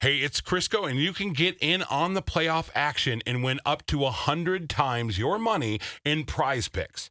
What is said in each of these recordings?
Hey, it's Crisco, and you can get in on the playoff action and win up to 100 times your money in prize picks.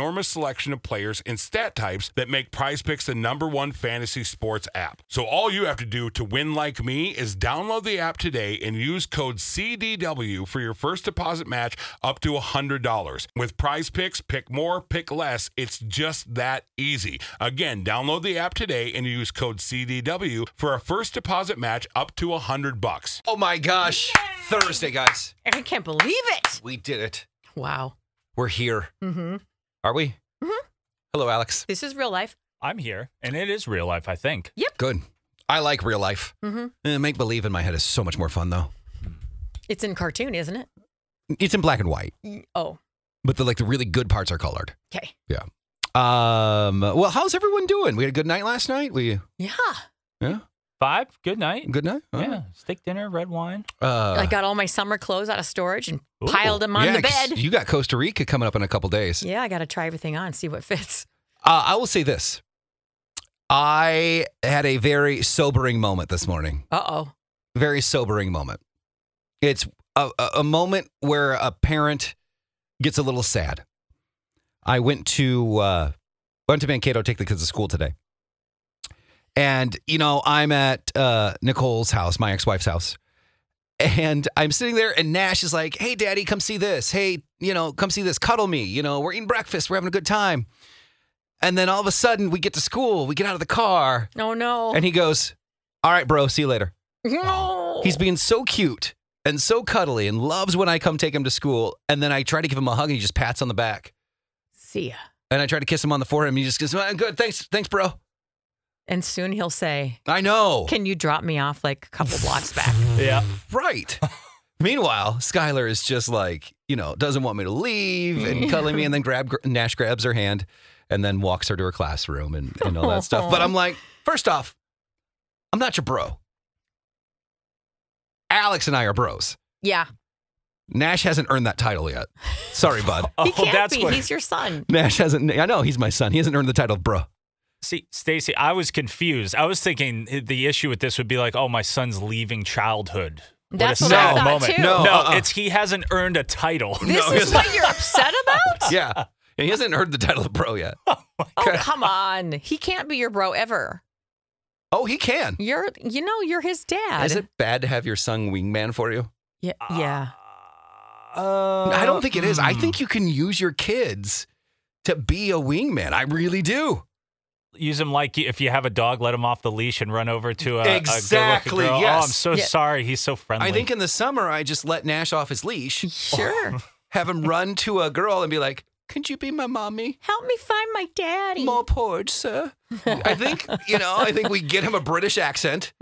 enormous selection of players and stat types that make prize picks the number one fantasy sports app. So all you have to do to win like me is download the app today and use code CDW for your first deposit match up to $100. With prize picks, pick more, pick less. It's just that easy. Again, download the app today and use code CDW for a first deposit match up to 100 bucks. Oh my gosh. Thursday, guys. I can't believe it. We did it. Wow. We're here. Mm-hmm. Are we? Mhm. Hello, Alex. This is real life. I'm here, and it is real life, I think. Good. I like real life. Mm-hmm. Eh, Make believe in my head is so much more fun, though. It's in cartoon, isn't it? It's in black and white, Y- Oh, but the like the really good parts are colored. okay. Um. Well, how's everyone doing? We had a good night last night. We Yeah. yeah. Five, good night. Good night. All Yeah, steak dinner, red wine. right. Uh, I got all my summer clothes out of storage and Ooh. piled them on yeah, the 'cause bed. You got Costa Rica coming up in a couple days. Yeah, I got to try everything on, see what fits. Uh, I will say this. I had a very sobering moment this morning. Uh oh. Very sobering moment. It's a, a, a moment where a parent gets a little sad. I went to uh, went to Mankato to take the kids to school today, and you know I'm at uh, Nicole's house, my ex wife's house, and I'm sitting there, and Nash is like, "Hey, Daddy, come see this. Hey, you know, come see this. Cuddle me. You know, we're eating breakfast. We're having a good time." And then all of a sudden, we get to school. We get out of the car, Oh no. and he goes, "All right, bro. See you later." no. He's being so cute and so cuddly and loves when I come take him to school. And then I try to give him a hug and he just pats on the back. see ya. And I try to kiss him on the forehead and he just goes, "Ah, good. Thanks. Thanks, bro. And soon he'll say, I know. Can you drop me off like a couple blocks back? Yeah. right. Meanwhile, Skylar is just like, you know, doesn't want me to leave and cuddling me and then grab Nash grabs her hand and then walks her to her classroom and, and all that stuff. But I'm like, first off, I'm not your bro. Alex and I are bros. Yeah. Nash hasn't earned that title yet. Sorry, bud. Oh, he can't that's be. what. He's your son. Nash hasn't. I know he's my son. He hasn't earned the title of bro. See, Stacy, I was confused. I was thinking the issue with this would be like, oh, my son's leaving childhood. That's a what I sad thought moment. too. No, No, uh-uh. it's he hasn't earned a title. This No, is it's- what you're upset about? Yeah, and he hasn't earned the title of bro yet. Oh, come on. He can't be your bro ever. Oh, he can. You're, you know, you're his dad. Is it Ah. bad to have your son wingman for you? Yeah. Yeah. Uh, I don't think it is. I hmm. think you can use your kids to be a wingman. I really do. hmm. use him like you- if you have a dog, let him off the leash and run over to a a good-looking Exactly, girl. yes. Oh, I'm so Yeah. sorry. He's so friendly. I think in the summer I just let Nash off his leash, Sure. have him run to a girl and be like, "Could you be my mommy? Help me find my daddy. More porridge, sir." I think you know. I think we get him a British accent,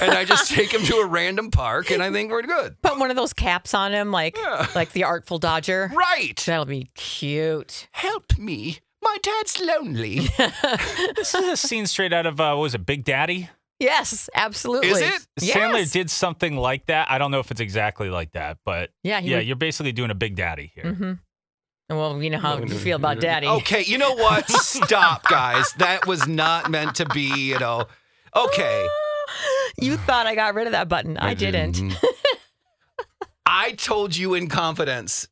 and I just take him to a random park, and I think we're good. Put one of those caps on him, like Yeah. like the Artful Dodger. Right. That'll be cute. Help me. My dad's lonely. this is a scene straight out of uh, what was it, Big Daddy? Yes, absolutely. Is it? Yes. Sandler did something like that. I don't know if it's exactly like that, but Yeah, he yeah, would- you're basically doing a big daddy here. Mm-hmm. Well, you know how you feel about daddy. okay, you know what? Stop, guys. That was not meant to be, you know. Okay. You thought I got rid of that button. Mm-hmm. I, didn't. I told you in confidence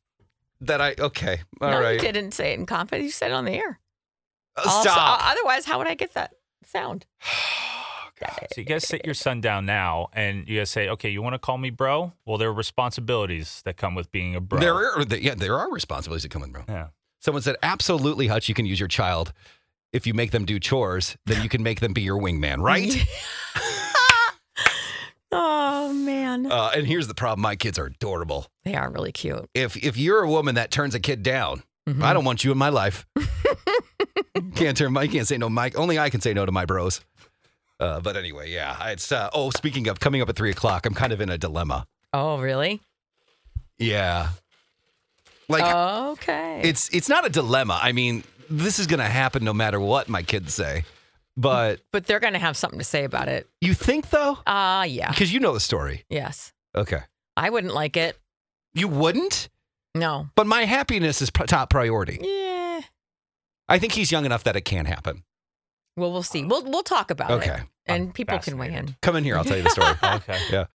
that I okay. all no, right. you didn't say it in confidence. You said it on the air. Uh, Also- Stop. o- otherwise, how would I get that sound? So you guys sit your son down now, and you guys say, "Okay, you want to call me bro?" Well, there are responsibilities that come with being a bro. There are yeah, there are responsibilities that come in, bro. Yeah. Someone said, absolutely, Hutch, you can use your child. If you make them do chores, then you can make them be your wingman, right? Oh man, Uh, and here's the problem: my kids are adorable. they are really cute. Mm-hmm. if if you're a woman that turns a kid down, I don't want you in my life. can't turn my can't say no, Mike. Only I can say no to my bros. Uh, but anyway, yeah. It's uh, oh, speaking of coming up at three o'clock, I'm kind of in a dilemma. Oh, really? Yeah, like Oh. okay. it's it's not a dilemma. I mean, this is gonna happen no matter what my kids say. But but they're going to have something to say about it. you think though, Ah, yeah. because you know the story. Yes. Okay, I wouldn't like it. you wouldn't. No. But my happiness is pr- top priority. Yeah. I think he's young enough that it can happen. Well, we'll see. We'll we'll talk about it. Okay, And I'm people can weigh in. fascinated. come in here. I'll tell you the story. Okay. yeah.